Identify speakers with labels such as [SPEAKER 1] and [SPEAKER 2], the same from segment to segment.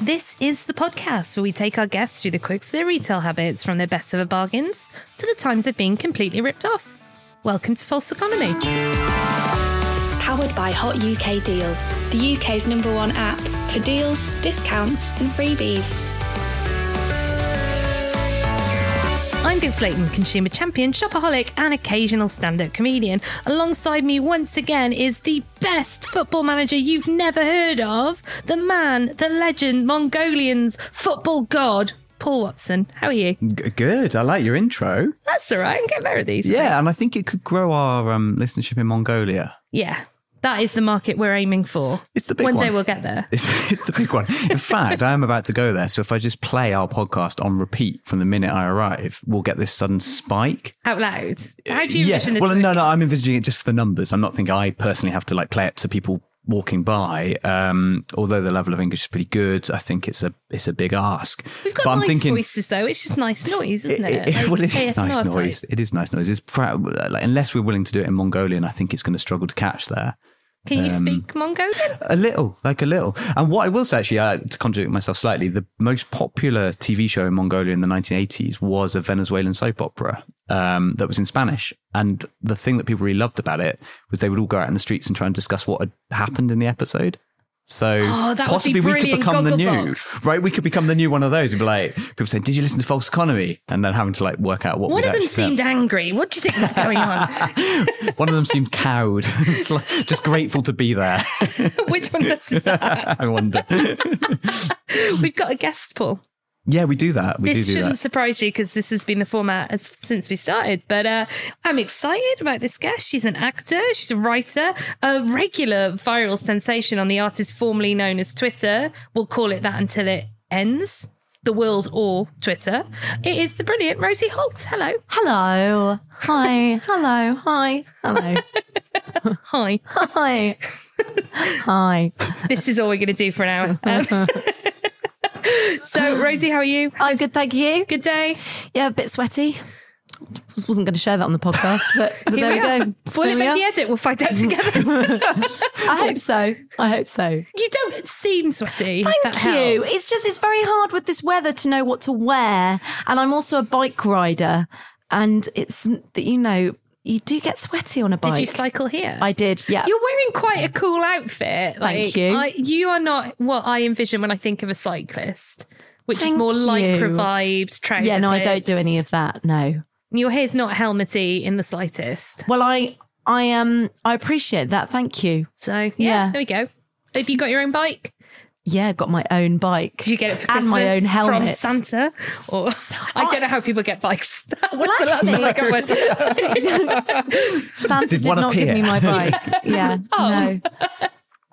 [SPEAKER 1] This is the podcast where we take our guests through the quirks of their retail habits, from their best ever bargains to the times of being completely ripped off. Welcome to False Economy.
[SPEAKER 2] Powered by Hot UK Deals, the UK's number one app for deals, discounts, and freebies.
[SPEAKER 1] I'm Viv Slayton, consumer champion, shopaholic, and occasional stand up comedian. Alongside me once again is the best football manager you've never heard of, the man, the legend, Mongolians, football god, Paul Watson. How are you?
[SPEAKER 3] G- good. I like your intro.
[SPEAKER 1] That's all right. I'm getting better at these.
[SPEAKER 3] Yeah, and I think it could grow our um, listenership in Mongolia.
[SPEAKER 1] Yeah. That is the market we're aiming for.
[SPEAKER 3] It's the big
[SPEAKER 1] one day
[SPEAKER 3] one.
[SPEAKER 1] we'll get there.
[SPEAKER 3] It's, it's the big one. In fact, I am about to go there. So if I just play our podcast on repeat from the minute I arrive, we'll get this sudden spike.
[SPEAKER 1] Out loud. How do you
[SPEAKER 3] yeah.
[SPEAKER 1] envision this?
[SPEAKER 3] Well, no,
[SPEAKER 1] working?
[SPEAKER 3] no, I'm envisaging it just for the numbers. I'm not thinking I personally have to like play it to people walking by. Um, although the level of English is pretty good, I think it's a it's a big ask.
[SPEAKER 1] We've got
[SPEAKER 3] but I'm
[SPEAKER 1] nice
[SPEAKER 3] thinking,
[SPEAKER 1] voices though. It's just nice noise, isn't it?
[SPEAKER 3] It, it, well, it is
[SPEAKER 1] ASMR
[SPEAKER 3] nice
[SPEAKER 1] type.
[SPEAKER 3] noise. It is nice noise. It's pra- like, unless we're willing to do it in Mongolian, I think it's going to struggle to catch there.
[SPEAKER 1] Can
[SPEAKER 3] Um,
[SPEAKER 1] you speak Mongolian?
[SPEAKER 3] A little, like a little. And what I will say, actually, uh, to contradict myself slightly, the most popular TV show in Mongolia in the 1980s was a Venezuelan soap opera um, that was in Spanish. And the thing that people really loved about it was they would all go out in the streets and try and discuss what had happened in the episode. So
[SPEAKER 1] Oh, that would be
[SPEAKER 3] possibly we could
[SPEAKER 1] brilliant,
[SPEAKER 3] become the new
[SPEAKER 1] Gogglebox.
[SPEAKER 3] right. We could become the new one of those. We'd be like, people say, "Did you listen to False Economy?" And then having to like work out what.
[SPEAKER 1] One of
[SPEAKER 3] we'd
[SPEAKER 1] them
[SPEAKER 3] actually said.
[SPEAKER 1] seemed angry. What do you think was going on?
[SPEAKER 3] One of them seemed cowed, It's like, just grateful to be there.
[SPEAKER 1] Which one was that?
[SPEAKER 3] I wonder.
[SPEAKER 1] We've got a guest, Paul.
[SPEAKER 3] Yeah, we do that. We
[SPEAKER 1] This
[SPEAKER 3] do do
[SPEAKER 1] shouldn't
[SPEAKER 3] that.
[SPEAKER 1] surprise you because this has been the format as, since we started. But uh, I'm excited about this guest. She's an actor, she's a writer, a regular viral sensation on the artist formerly known as Twitter. We'll call it that until it ends. The world or Twitter. It is the brilliant Rosie Holt. Hello.
[SPEAKER 4] Hello. Hi. Hello. Hi. Hello.
[SPEAKER 1] Hi.
[SPEAKER 4] Hi. Hi.
[SPEAKER 1] This is all we're going to do for an hour. Um, so, Rosie, how are you?
[SPEAKER 4] I'm Oh, good, thank you.
[SPEAKER 1] Good day.
[SPEAKER 4] Yeah, a bit sweaty. Just wasn't going to share that on the podcast, but, but
[SPEAKER 1] Here
[SPEAKER 4] there we,
[SPEAKER 1] we are.
[SPEAKER 4] go.
[SPEAKER 1] Will
[SPEAKER 4] There
[SPEAKER 1] it
[SPEAKER 4] we
[SPEAKER 1] make
[SPEAKER 4] are.
[SPEAKER 1] the edit? We'll find out together.
[SPEAKER 4] I hope so. I hope so.
[SPEAKER 1] You don't seem sweaty. if that
[SPEAKER 4] Thank you.
[SPEAKER 1] helps.
[SPEAKER 4] It's just it's very hard with this weather to know what to wear, and I'm also a bike rider, and it's you know you do get sweaty on a bike.
[SPEAKER 1] Did you cycle here?
[SPEAKER 4] I did. Yeah.
[SPEAKER 1] You're wearing quite a cool outfit. Like,
[SPEAKER 4] you.
[SPEAKER 1] I, you are not what I envision when I think of a cyclist, which is
[SPEAKER 4] Thank
[SPEAKER 1] more
[SPEAKER 4] you.
[SPEAKER 1] lycra vibed trousers.
[SPEAKER 4] yeah. No, I don't do any of that. No.
[SPEAKER 1] Your hair's not helmety in the slightest.
[SPEAKER 4] Well, I I um I appreciate that. Thank you.
[SPEAKER 1] So yeah,
[SPEAKER 4] Yeah.
[SPEAKER 1] there we go. Have you got your own bike?
[SPEAKER 4] Yeah, got my own bike.
[SPEAKER 1] Did you get it for
[SPEAKER 4] and
[SPEAKER 1] Christmas
[SPEAKER 4] my own helmet?
[SPEAKER 1] from Santa? Or I don't know how people get bikes. That was the last
[SPEAKER 4] actually-
[SPEAKER 1] time I got one.
[SPEAKER 4] Santa
[SPEAKER 3] Did
[SPEAKER 4] did,
[SPEAKER 3] one
[SPEAKER 4] not give
[SPEAKER 3] appear?
[SPEAKER 4] me my bike. yeah,
[SPEAKER 1] Oh.
[SPEAKER 4] no,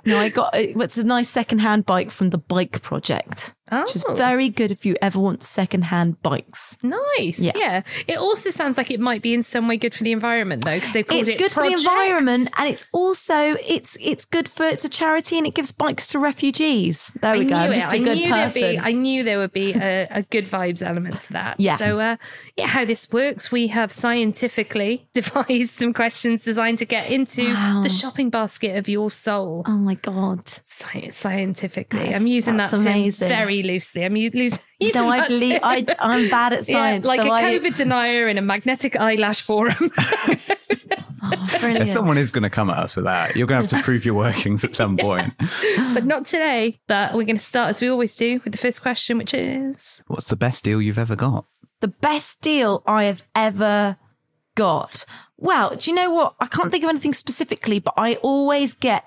[SPEAKER 4] no, I got it's a nice secondhand bike from the Bike Project, which is
[SPEAKER 1] Oh.
[SPEAKER 4] very good if you ever want secondhand bikes.
[SPEAKER 1] Nice. Yeah. It also sounds like it might be in some way good for the environment though, because they've called
[SPEAKER 4] It's
[SPEAKER 1] it
[SPEAKER 4] good for the
[SPEAKER 1] project.
[SPEAKER 4] environment, and it's also it's it's good for it's a charity, and it gives bikes to refugees. There we
[SPEAKER 1] I
[SPEAKER 4] go. I'm
[SPEAKER 1] knew it.
[SPEAKER 4] just
[SPEAKER 1] I
[SPEAKER 4] a good
[SPEAKER 1] knew
[SPEAKER 4] person.
[SPEAKER 1] there'd be. I knew there would be a, a good vibes element to that.
[SPEAKER 4] Yeah.
[SPEAKER 1] So, uh, yeah, how this works? We have scientifically devised some questions designed to get into the shopping basket of your soul.
[SPEAKER 4] oh my god!
[SPEAKER 1] Sci- scientifically,
[SPEAKER 4] That's-
[SPEAKER 1] I'm using that
[SPEAKER 4] that's
[SPEAKER 1] term
[SPEAKER 4] amazing.
[SPEAKER 1] very loosely. I'm u- loose- using
[SPEAKER 4] No, I
[SPEAKER 1] that term.
[SPEAKER 4] believe I I'm bad at
[SPEAKER 1] Yeah,
[SPEAKER 4] science.
[SPEAKER 1] like
[SPEAKER 4] so
[SPEAKER 1] a
[SPEAKER 4] I-
[SPEAKER 1] COVID denier in a magnetic eyelash forum.
[SPEAKER 4] brilliant.
[SPEAKER 3] Someone is going to come at us with that. You're going to have to prove your workings at some point.
[SPEAKER 1] but not today. But we're going to start as we always do with the first question, which is
[SPEAKER 3] What's the best deal you've ever got?
[SPEAKER 4] the best deal I have ever got. Well, do you know what? I can't think of anything specifically, but I always get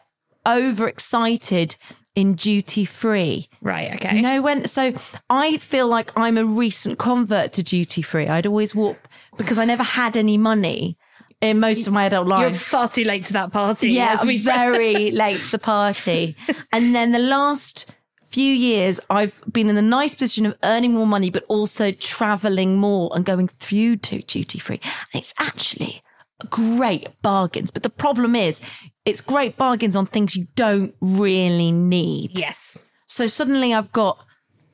[SPEAKER 4] overexcited in duty free.
[SPEAKER 1] right. Okay.
[SPEAKER 4] You know when so I feel like I'm a recent convert to duty free. I'd always walk because I never had any money in most of my adult
[SPEAKER 1] You're
[SPEAKER 4] life.
[SPEAKER 1] far too late to that party.
[SPEAKER 4] Yeah,
[SPEAKER 1] as we
[SPEAKER 4] very late to the party. And then the last few years, I've been in the nice position of earning more money, but also traveling more and going through to duty free. And it's actually great bargains. But the problem is, it's great bargains on things you don't really need.
[SPEAKER 1] Yes.
[SPEAKER 4] So suddenly I've got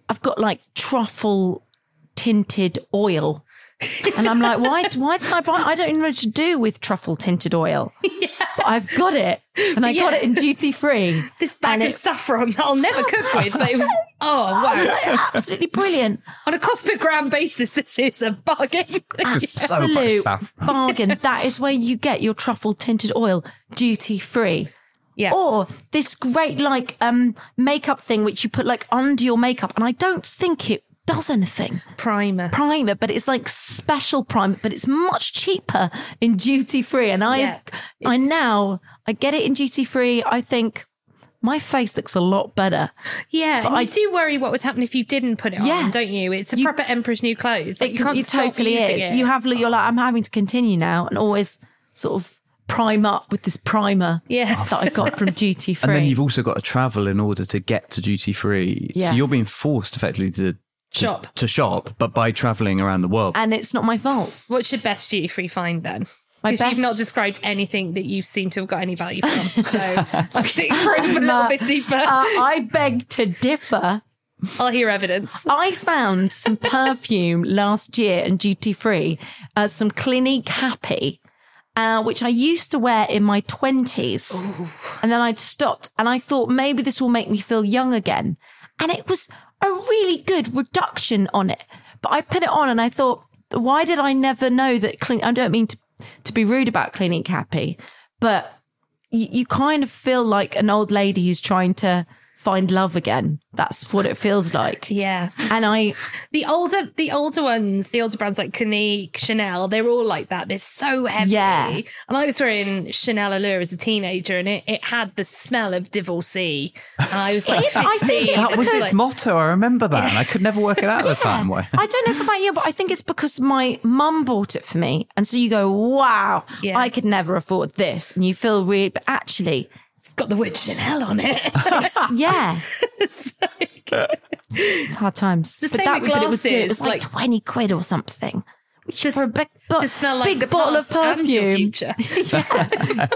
[SPEAKER 4] I've got like truffle tinted oil. and I'm like, why? Why did I buy? I don't even know what to do with truffle tinted oil. But but I've got it. And I got
[SPEAKER 1] yeah.
[SPEAKER 4] it in duty free.
[SPEAKER 1] This bag
[SPEAKER 4] And
[SPEAKER 1] of
[SPEAKER 4] it-
[SPEAKER 1] saffron that I'll never cook with, but it was oh wow!
[SPEAKER 4] Absolutely brilliant.
[SPEAKER 1] On a cost per gram basis, this is a bargain.
[SPEAKER 3] This is so much
[SPEAKER 4] Absolute
[SPEAKER 3] saffron.
[SPEAKER 4] bargain. That is where you get your truffle tinted oil duty free.
[SPEAKER 1] yeah.
[SPEAKER 4] Or this great like um makeup thing which you put like under your makeup and I don't think it does anything.
[SPEAKER 1] primer.
[SPEAKER 4] primer, but it's like special primer, but it's much cheaper in duty free. And I,
[SPEAKER 1] Yeah,
[SPEAKER 4] I
[SPEAKER 1] it's-
[SPEAKER 4] now I get it in duty free. I think my face looks a lot better.
[SPEAKER 1] yeah, and
[SPEAKER 4] I-
[SPEAKER 1] I do worry what would happen if you didn't put it
[SPEAKER 4] Yeah.
[SPEAKER 1] on, don't you? It's a proper Emperor's New Clothes. Like,
[SPEAKER 4] It
[SPEAKER 1] you
[SPEAKER 4] could-
[SPEAKER 1] can't
[SPEAKER 4] it
[SPEAKER 1] stop using it.
[SPEAKER 4] You have you're like I'm having to continue now and always sort of prime up with this primer
[SPEAKER 1] Yeah.
[SPEAKER 4] that I got from duty free.
[SPEAKER 3] And then you've also got to travel in order to get to duty free.
[SPEAKER 4] Yeah.
[SPEAKER 3] So you're being forced effectively to, to
[SPEAKER 1] Shop.
[SPEAKER 3] To shop, but by traveling around the world.
[SPEAKER 4] and it's not my fault.
[SPEAKER 1] What's your best duty free find then?
[SPEAKER 4] My
[SPEAKER 1] Because
[SPEAKER 4] best-
[SPEAKER 1] you've not described anything that you seem to have got any value from. So I'm going to probe a little bit deeper.
[SPEAKER 4] Uh, I beg to differ.
[SPEAKER 1] I'll hear evidence.
[SPEAKER 4] I found some perfume last year and duty free, uh, some Clinique Happy, uh, which I used to wear in my 20s. And then I'd stopped and I thought maybe this will make me feel young again. And it was a really good reduction on it. But I put it on and I thought, why did I never know that clean? I don't mean to, to be rude about Clinique Happy, but you, you kind of feel like an old lady who's trying to find love again. That's what it feels like.
[SPEAKER 1] Yeah.
[SPEAKER 4] And I,
[SPEAKER 1] The older the older ones, the older brands like Clinique, Chanel, they're all like that. They're so heavy.
[SPEAKER 4] Yeah.
[SPEAKER 1] And I was wearing Chanel Allure as a teenager and it, it had the smell of divorcee. And I was like,
[SPEAKER 4] is- I think
[SPEAKER 1] 15.
[SPEAKER 4] it's
[SPEAKER 3] that was
[SPEAKER 4] because-
[SPEAKER 3] his motto. I remember that. And I could never work it out at the time. Why?
[SPEAKER 4] I don't know if about you, but I think it's because my mum bought it for me. And so you go, wow,
[SPEAKER 1] Yeah.
[SPEAKER 4] I could never afford this. And you feel weird, but actually,
[SPEAKER 1] it's got the word Chanel on it.
[SPEAKER 4] yeah,
[SPEAKER 1] It's like-
[SPEAKER 4] it's hard times.
[SPEAKER 1] the
[SPEAKER 4] but
[SPEAKER 1] same
[SPEAKER 4] that
[SPEAKER 1] with
[SPEAKER 4] was- but it was good. It
[SPEAKER 1] glasses,
[SPEAKER 4] was like,
[SPEAKER 1] like-
[SPEAKER 4] 20 quid or something. Which
[SPEAKER 1] To
[SPEAKER 4] for a big, bo-
[SPEAKER 1] to smell like
[SPEAKER 4] big
[SPEAKER 1] the
[SPEAKER 4] bottle of
[SPEAKER 1] past and your
[SPEAKER 4] perfume.
[SPEAKER 1] future.
[SPEAKER 4] yeah,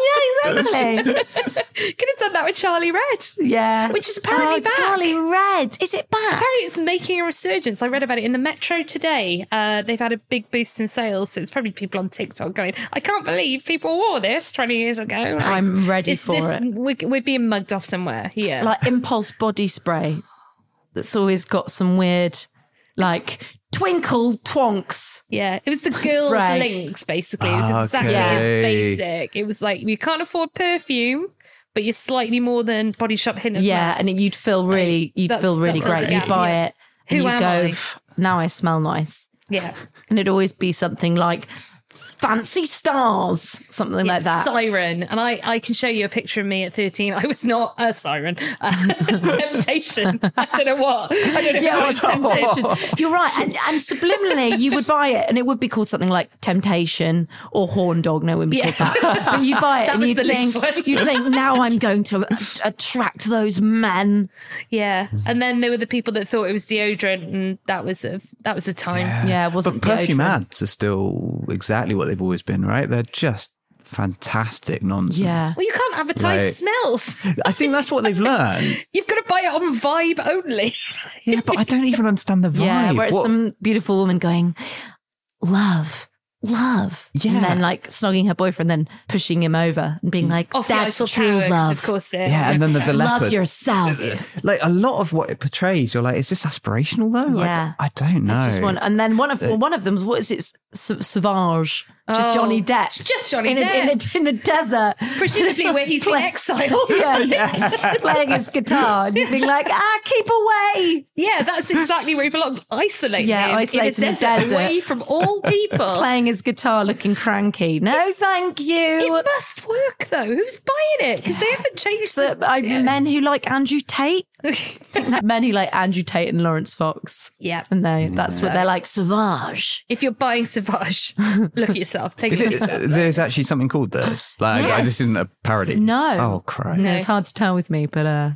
[SPEAKER 4] exactly.
[SPEAKER 1] Could have done that with Charlie Red.
[SPEAKER 4] Yeah.
[SPEAKER 1] Which is apparently
[SPEAKER 4] oh,
[SPEAKER 1] back.
[SPEAKER 4] Charlie Red. Is it back?
[SPEAKER 1] Apparently, it's making a resurgence. I read about it in the Metro today. Uh, they've had a big boost in sales, so it's probably people on TikTok going, "I can't believe people wore this 20 years ago." Like,
[SPEAKER 4] I'm ready
[SPEAKER 1] it's-
[SPEAKER 4] for
[SPEAKER 1] this-
[SPEAKER 4] it.
[SPEAKER 1] We're, we're being mugged off somewhere. Yeah,
[SPEAKER 4] like impulse body spray that's always got some weird like twinkle twonks
[SPEAKER 1] yeah. It was the girls'
[SPEAKER 4] Spray.
[SPEAKER 1] links, basically. It was exactly
[SPEAKER 3] Ah, Okay.
[SPEAKER 1] as basic. It was like you can't afford perfume, but you're slightly more than Body Shop Hidden.
[SPEAKER 4] yeah and you'd feel really you'd
[SPEAKER 1] that's-
[SPEAKER 4] feel really
[SPEAKER 1] that's all
[SPEAKER 4] great
[SPEAKER 1] the
[SPEAKER 4] you
[SPEAKER 1] gap,
[SPEAKER 4] buy
[SPEAKER 1] yeah.
[SPEAKER 4] it and
[SPEAKER 1] Who
[SPEAKER 4] you
[SPEAKER 1] am
[SPEAKER 4] go
[SPEAKER 1] I?
[SPEAKER 4] "Pff, now i smell nice
[SPEAKER 1] yeah,
[SPEAKER 4] and it'd always be something like fancy stars something like that
[SPEAKER 1] Siren. And I, I can show you a picture of me at 13. I was not a siren. Uh, temptation. I don't know what. I don't know
[SPEAKER 4] yeah,
[SPEAKER 1] what
[SPEAKER 4] it was temptation. You're right, and, and subliminally, you would buy it, and it would be called something like temptation or horn dog. No, it wouldn't be
[SPEAKER 1] Yeah.
[SPEAKER 4] called that. But you buy it,
[SPEAKER 1] That
[SPEAKER 4] and
[SPEAKER 1] was
[SPEAKER 4] you'd
[SPEAKER 1] the
[SPEAKER 4] think,
[SPEAKER 1] least one.
[SPEAKER 4] you'd think, now I'm going to a- attract those men.
[SPEAKER 1] Yeah. And then there were the people that thought it was deodorant and that was a that was a time.
[SPEAKER 4] Yeah, it
[SPEAKER 3] But
[SPEAKER 4] wasn't
[SPEAKER 3] perfume
[SPEAKER 4] deodorant.
[SPEAKER 3] ads are still exactly what they've always been, right? They're just fantastic nonsense.
[SPEAKER 4] Yeah.
[SPEAKER 1] Well, you can't advertise
[SPEAKER 3] Right.
[SPEAKER 1] smells.
[SPEAKER 3] I think that's what they've learned.
[SPEAKER 1] You've got to buy it on vibe only.
[SPEAKER 3] Yeah, but I don't even understand the vibe.
[SPEAKER 4] Yeah, where it's
[SPEAKER 3] What-
[SPEAKER 4] some beautiful woman going, love, love.
[SPEAKER 3] Yeah.
[SPEAKER 4] And then like snogging her boyfriend, then pushing him over and being like,
[SPEAKER 1] Mm. Off
[SPEAKER 4] that's
[SPEAKER 1] the Eiffel
[SPEAKER 4] true
[SPEAKER 1] Tower, 'cause
[SPEAKER 4] love.
[SPEAKER 1] Of course, they're-
[SPEAKER 3] yeah, and then there's a leopard.
[SPEAKER 4] Love yourself.
[SPEAKER 3] Like a lot of what it portrays, you're like, is this aspirational though?
[SPEAKER 4] Yeah.
[SPEAKER 3] I, I don't know.
[SPEAKER 4] That's just one. And then one of well, one of them, what is it? S- Sauvage. Just
[SPEAKER 1] Oh,
[SPEAKER 4] Johnny Depp.
[SPEAKER 1] it's just Johnny
[SPEAKER 4] in A, in, a, in a desert.
[SPEAKER 1] Presumably where he's been exiled.
[SPEAKER 4] Yeah, playing his guitar and being like, ah, keep away.
[SPEAKER 1] Yeah, that's exactly where he belongs. Isolated.
[SPEAKER 4] Yeah,
[SPEAKER 1] in a
[SPEAKER 4] isolated in a
[SPEAKER 1] desert,
[SPEAKER 4] desert.
[SPEAKER 1] away from all people.
[SPEAKER 4] Playing his guitar, looking cranky. No, thank
[SPEAKER 1] It
[SPEAKER 4] you.
[SPEAKER 1] must work though. Who's buying it? Because they haven't changed
[SPEAKER 4] So, uh, I, Men who like Andrew Tate.
[SPEAKER 1] the.
[SPEAKER 4] men who like Andrew Tate and Lawrence Fox.
[SPEAKER 1] yeah.
[SPEAKER 4] And they, that's what they're like, Sauvage.
[SPEAKER 1] If you're buying Savage, look at yourself. Take
[SPEAKER 3] Is
[SPEAKER 1] it.
[SPEAKER 3] it, uh, there's actually something called this. Like,
[SPEAKER 4] Yes.
[SPEAKER 3] this isn't a parody.
[SPEAKER 4] No.
[SPEAKER 3] Oh, crap.
[SPEAKER 4] No, it's hard to tell with me, but uh,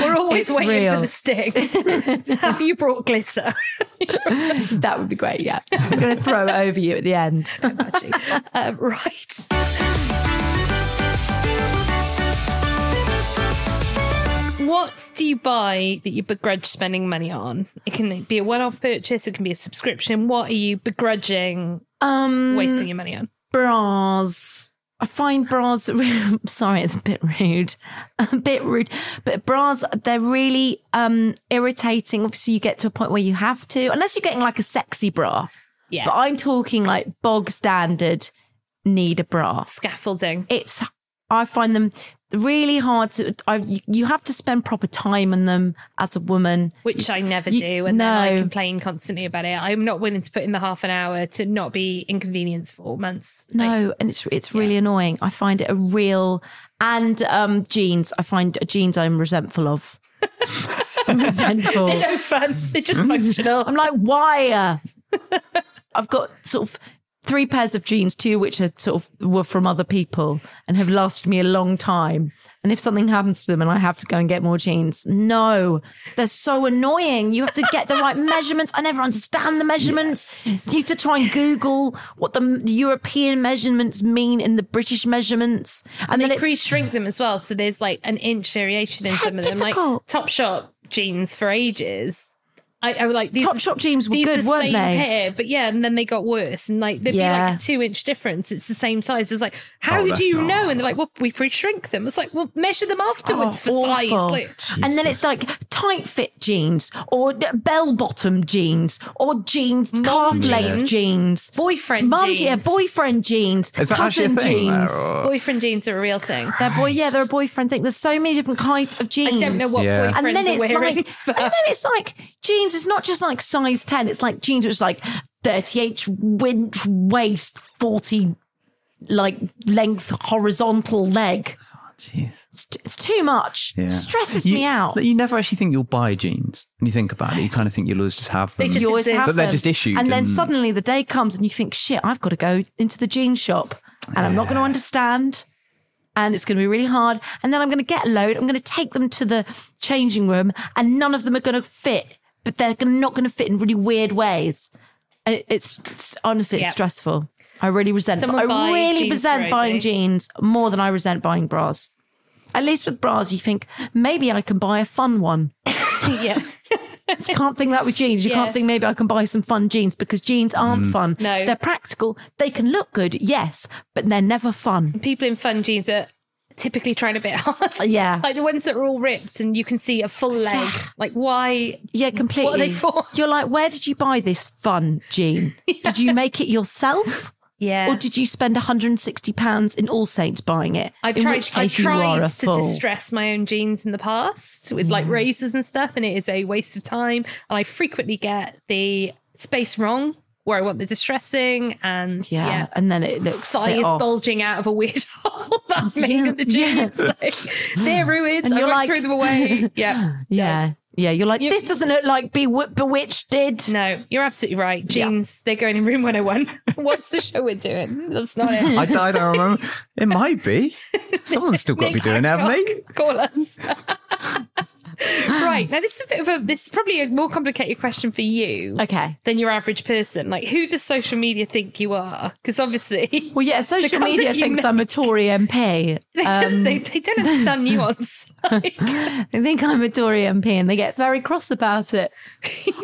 [SPEAKER 1] We're always
[SPEAKER 4] It's
[SPEAKER 1] waiting
[SPEAKER 4] real.
[SPEAKER 1] for the stick. Have you brought glitter?
[SPEAKER 4] that would be great. Yeah. I'm going to throw it over you at the end.
[SPEAKER 1] um, right. What do you buy that you begrudge spending money on? It can be a one-off purchase. It can be a subscription. What are you begrudging
[SPEAKER 4] Um,
[SPEAKER 1] wasting your money on?
[SPEAKER 4] bras. I find bras. sorry, it's a bit rude, a bit rude. But bras, they're really um irritating. Obviously, you get to a point where you have to, unless you're getting like a sexy bra.
[SPEAKER 1] Yeah.
[SPEAKER 4] But I'm talking like bog standard need a bra
[SPEAKER 1] Scaffolding.
[SPEAKER 4] it's I find them really hard to. I you, you have to spend proper time on them as a woman.
[SPEAKER 1] Which I never
[SPEAKER 4] You-
[SPEAKER 1] do, and then I
[SPEAKER 4] no.
[SPEAKER 1] complain constantly about it. I'm not willing to put in the half an hour to not be inconvenienced for months. Like,
[SPEAKER 4] No, and it's it's really annoying. I find it a real and um jeans. I find jeans I'm resentful of. I'm resentful.
[SPEAKER 1] they're no fun. They're just functional.
[SPEAKER 4] I'm like, why? I've got sort of three pairs of jeans, two of which are sort of were from other people and have lasted me a long time. And if something happens to them and I have to go and get more jeans, no, they're so annoying. You have to get the right measurements. I never understand the measurements. You have to try and Google what the, the European measurements mean in the British measurements. And, then
[SPEAKER 1] they
[SPEAKER 4] it's
[SPEAKER 1] pre-shrink them as well, so there's like an inch variation in
[SPEAKER 4] So
[SPEAKER 1] some of them. Like
[SPEAKER 4] difficult.
[SPEAKER 1] Topshop jeans for ages. I, I was like these
[SPEAKER 4] Topshop jeans were
[SPEAKER 1] these are
[SPEAKER 4] good,
[SPEAKER 1] the
[SPEAKER 4] weren't
[SPEAKER 1] same
[SPEAKER 4] they?
[SPEAKER 1] Pair, but yeah, and then they got worse, and like there'd be
[SPEAKER 4] Yeah.
[SPEAKER 1] like a two-inch difference. It's the same size. It was like, how
[SPEAKER 3] Oh,
[SPEAKER 1] do
[SPEAKER 3] that's
[SPEAKER 1] you
[SPEAKER 3] not-
[SPEAKER 1] know? And they're like, well, we pre-shrink them. It's like, well, measure them afterwards for
[SPEAKER 3] Oh,
[SPEAKER 1] size.
[SPEAKER 4] Oh, awful.
[SPEAKER 1] Like,
[SPEAKER 4] And then it's like tight fit jeans or bell bottom jeans or jeans, calf length jeans.
[SPEAKER 1] boyfriend
[SPEAKER 4] Mum,
[SPEAKER 1] jeans.
[SPEAKER 4] yeah, boyfriend jeans,
[SPEAKER 3] Is that actually a
[SPEAKER 4] cousin
[SPEAKER 3] thing? there,
[SPEAKER 4] jeans.
[SPEAKER 3] or-
[SPEAKER 1] boyfriend jeans are a real thing.
[SPEAKER 4] They're boy, yeah, they're a boyfriend thing. There's so many different kinds of jeans.
[SPEAKER 1] I don't know what
[SPEAKER 3] Yeah.
[SPEAKER 1] boyfriends
[SPEAKER 4] And then
[SPEAKER 1] are
[SPEAKER 4] it's
[SPEAKER 1] wearing.
[SPEAKER 4] like, and
[SPEAKER 1] but-
[SPEAKER 4] then it's like jeans. It's not just like size ten. It's like jeans, which is like thirty-eight inch waist, forty like length horizontal leg.
[SPEAKER 3] Jeez.
[SPEAKER 4] It's, t- it's too much.
[SPEAKER 3] Yeah.
[SPEAKER 4] Stresses
[SPEAKER 3] You-
[SPEAKER 4] me out.
[SPEAKER 3] You never actually think you'll buy jeans. When you think about it, you kind of think you'll always just have them.
[SPEAKER 1] They just
[SPEAKER 4] you always
[SPEAKER 1] exist.
[SPEAKER 4] have
[SPEAKER 1] But
[SPEAKER 3] they're
[SPEAKER 4] them.
[SPEAKER 3] just issued
[SPEAKER 4] and then
[SPEAKER 3] and-
[SPEAKER 4] suddenly the day comes and you think shit i've got to go into the jean shop and i'm not going to understand and it's going to be really hard and then i'm going to get a load i'm going to take them to the changing room and none of them are going to fit but they're gonna- not going to fit in really weird ways and it- it's, it's- honestly it's
[SPEAKER 1] Yeah.
[SPEAKER 4] stressful i really resent
[SPEAKER 1] Someone buy
[SPEAKER 4] i really
[SPEAKER 1] jeans
[SPEAKER 4] resent
[SPEAKER 1] for
[SPEAKER 4] buying
[SPEAKER 1] Rosie.
[SPEAKER 4] jeans more than i resent buying bras at least with bras you think maybe i can buy a fun one
[SPEAKER 1] yeah.
[SPEAKER 4] you can't think that with jeans. You
[SPEAKER 1] Yeah.
[SPEAKER 4] can't think maybe I can buy some fun jeans because jeans aren't fun.
[SPEAKER 1] No.
[SPEAKER 4] They're practical. They can look good, yes, but they're never fun.
[SPEAKER 1] People in fun jeans are typically trying a bit hard.
[SPEAKER 4] Yeah.
[SPEAKER 1] Like the ones that are all ripped and you can see a full leg. Like why
[SPEAKER 4] Yeah, completely.
[SPEAKER 1] they for?
[SPEAKER 4] You're like, where did you buy this fun jean? Did you make it yourself?
[SPEAKER 1] Yeah.
[SPEAKER 4] Or did you spend £160 in All Saints buying it?
[SPEAKER 1] I've
[SPEAKER 4] in
[SPEAKER 1] tried,
[SPEAKER 4] which
[SPEAKER 1] I've
[SPEAKER 4] case you are
[SPEAKER 1] tried to
[SPEAKER 4] a fool.
[SPEAKER 1] distress my own jeans in the past with like razors and stuff, and it is a waste of time. And I frequently get the space wrong where I want the distressing and
[SPEAKER 4] yeah.
[SPEAKER 1] yeah.
[SPEAKER 4] and then it looks
[SPEAKER 1] Thigh
[SPEAKER 4] a bit
[SPEAKER 1] is
[SPEAKER 4] off.
[SPEAKER 1] bulging out of a weird hole that I made
[SPEAKER 4] Yeah,
[SPEAKER 1] in the jeans. Like, they're ruined.
[SPEAKER 4] And
[SPEAKER 1] I
[SPEAKER 4] you're
[SPEAKER 1] won't
[SPEAKER 4] like-
[SPEAKER 1] throw them away. Yeah.
[SPEAKER 4] Yeah. Yeah, you're like,
[SPEAKER 1] You-
[SPEAKER 4] this doesn't look like Bew- Bewitched did.
[SPEAKER 1] No, you're absolutely right.
[SPEAKER 4] Yeah.
[SPEAKER 1] Jeans, they're going in room 101. What's the show we're doing? That's not it.
[SPEAKER 3] I, I don't remember. It might be. Someone's still got to be doing it, haven't they?
[SPEAKER 1] Call us. right. Now this is a bit of a this is probably a more complicated question for you
[SPEAKER 4] Okay.
[SPEAKER 1] than your average person. Like who does social media think you are? Because obviously
[SPEAKER 4] Well, yeah, social
[SPEAKER 1] content
[SPEAKER 4] media
[SPEAKER 1] you
[SPEAKER 4] thinks I'm a Tory MP.
[SPEAKER 1] they just
[SPEAKER 4] Um,
[SPEAKER 1] they, they don't understand nuance. Like,
[SPEAKER 4] They think I'm a Tory MP and they get very cross about it.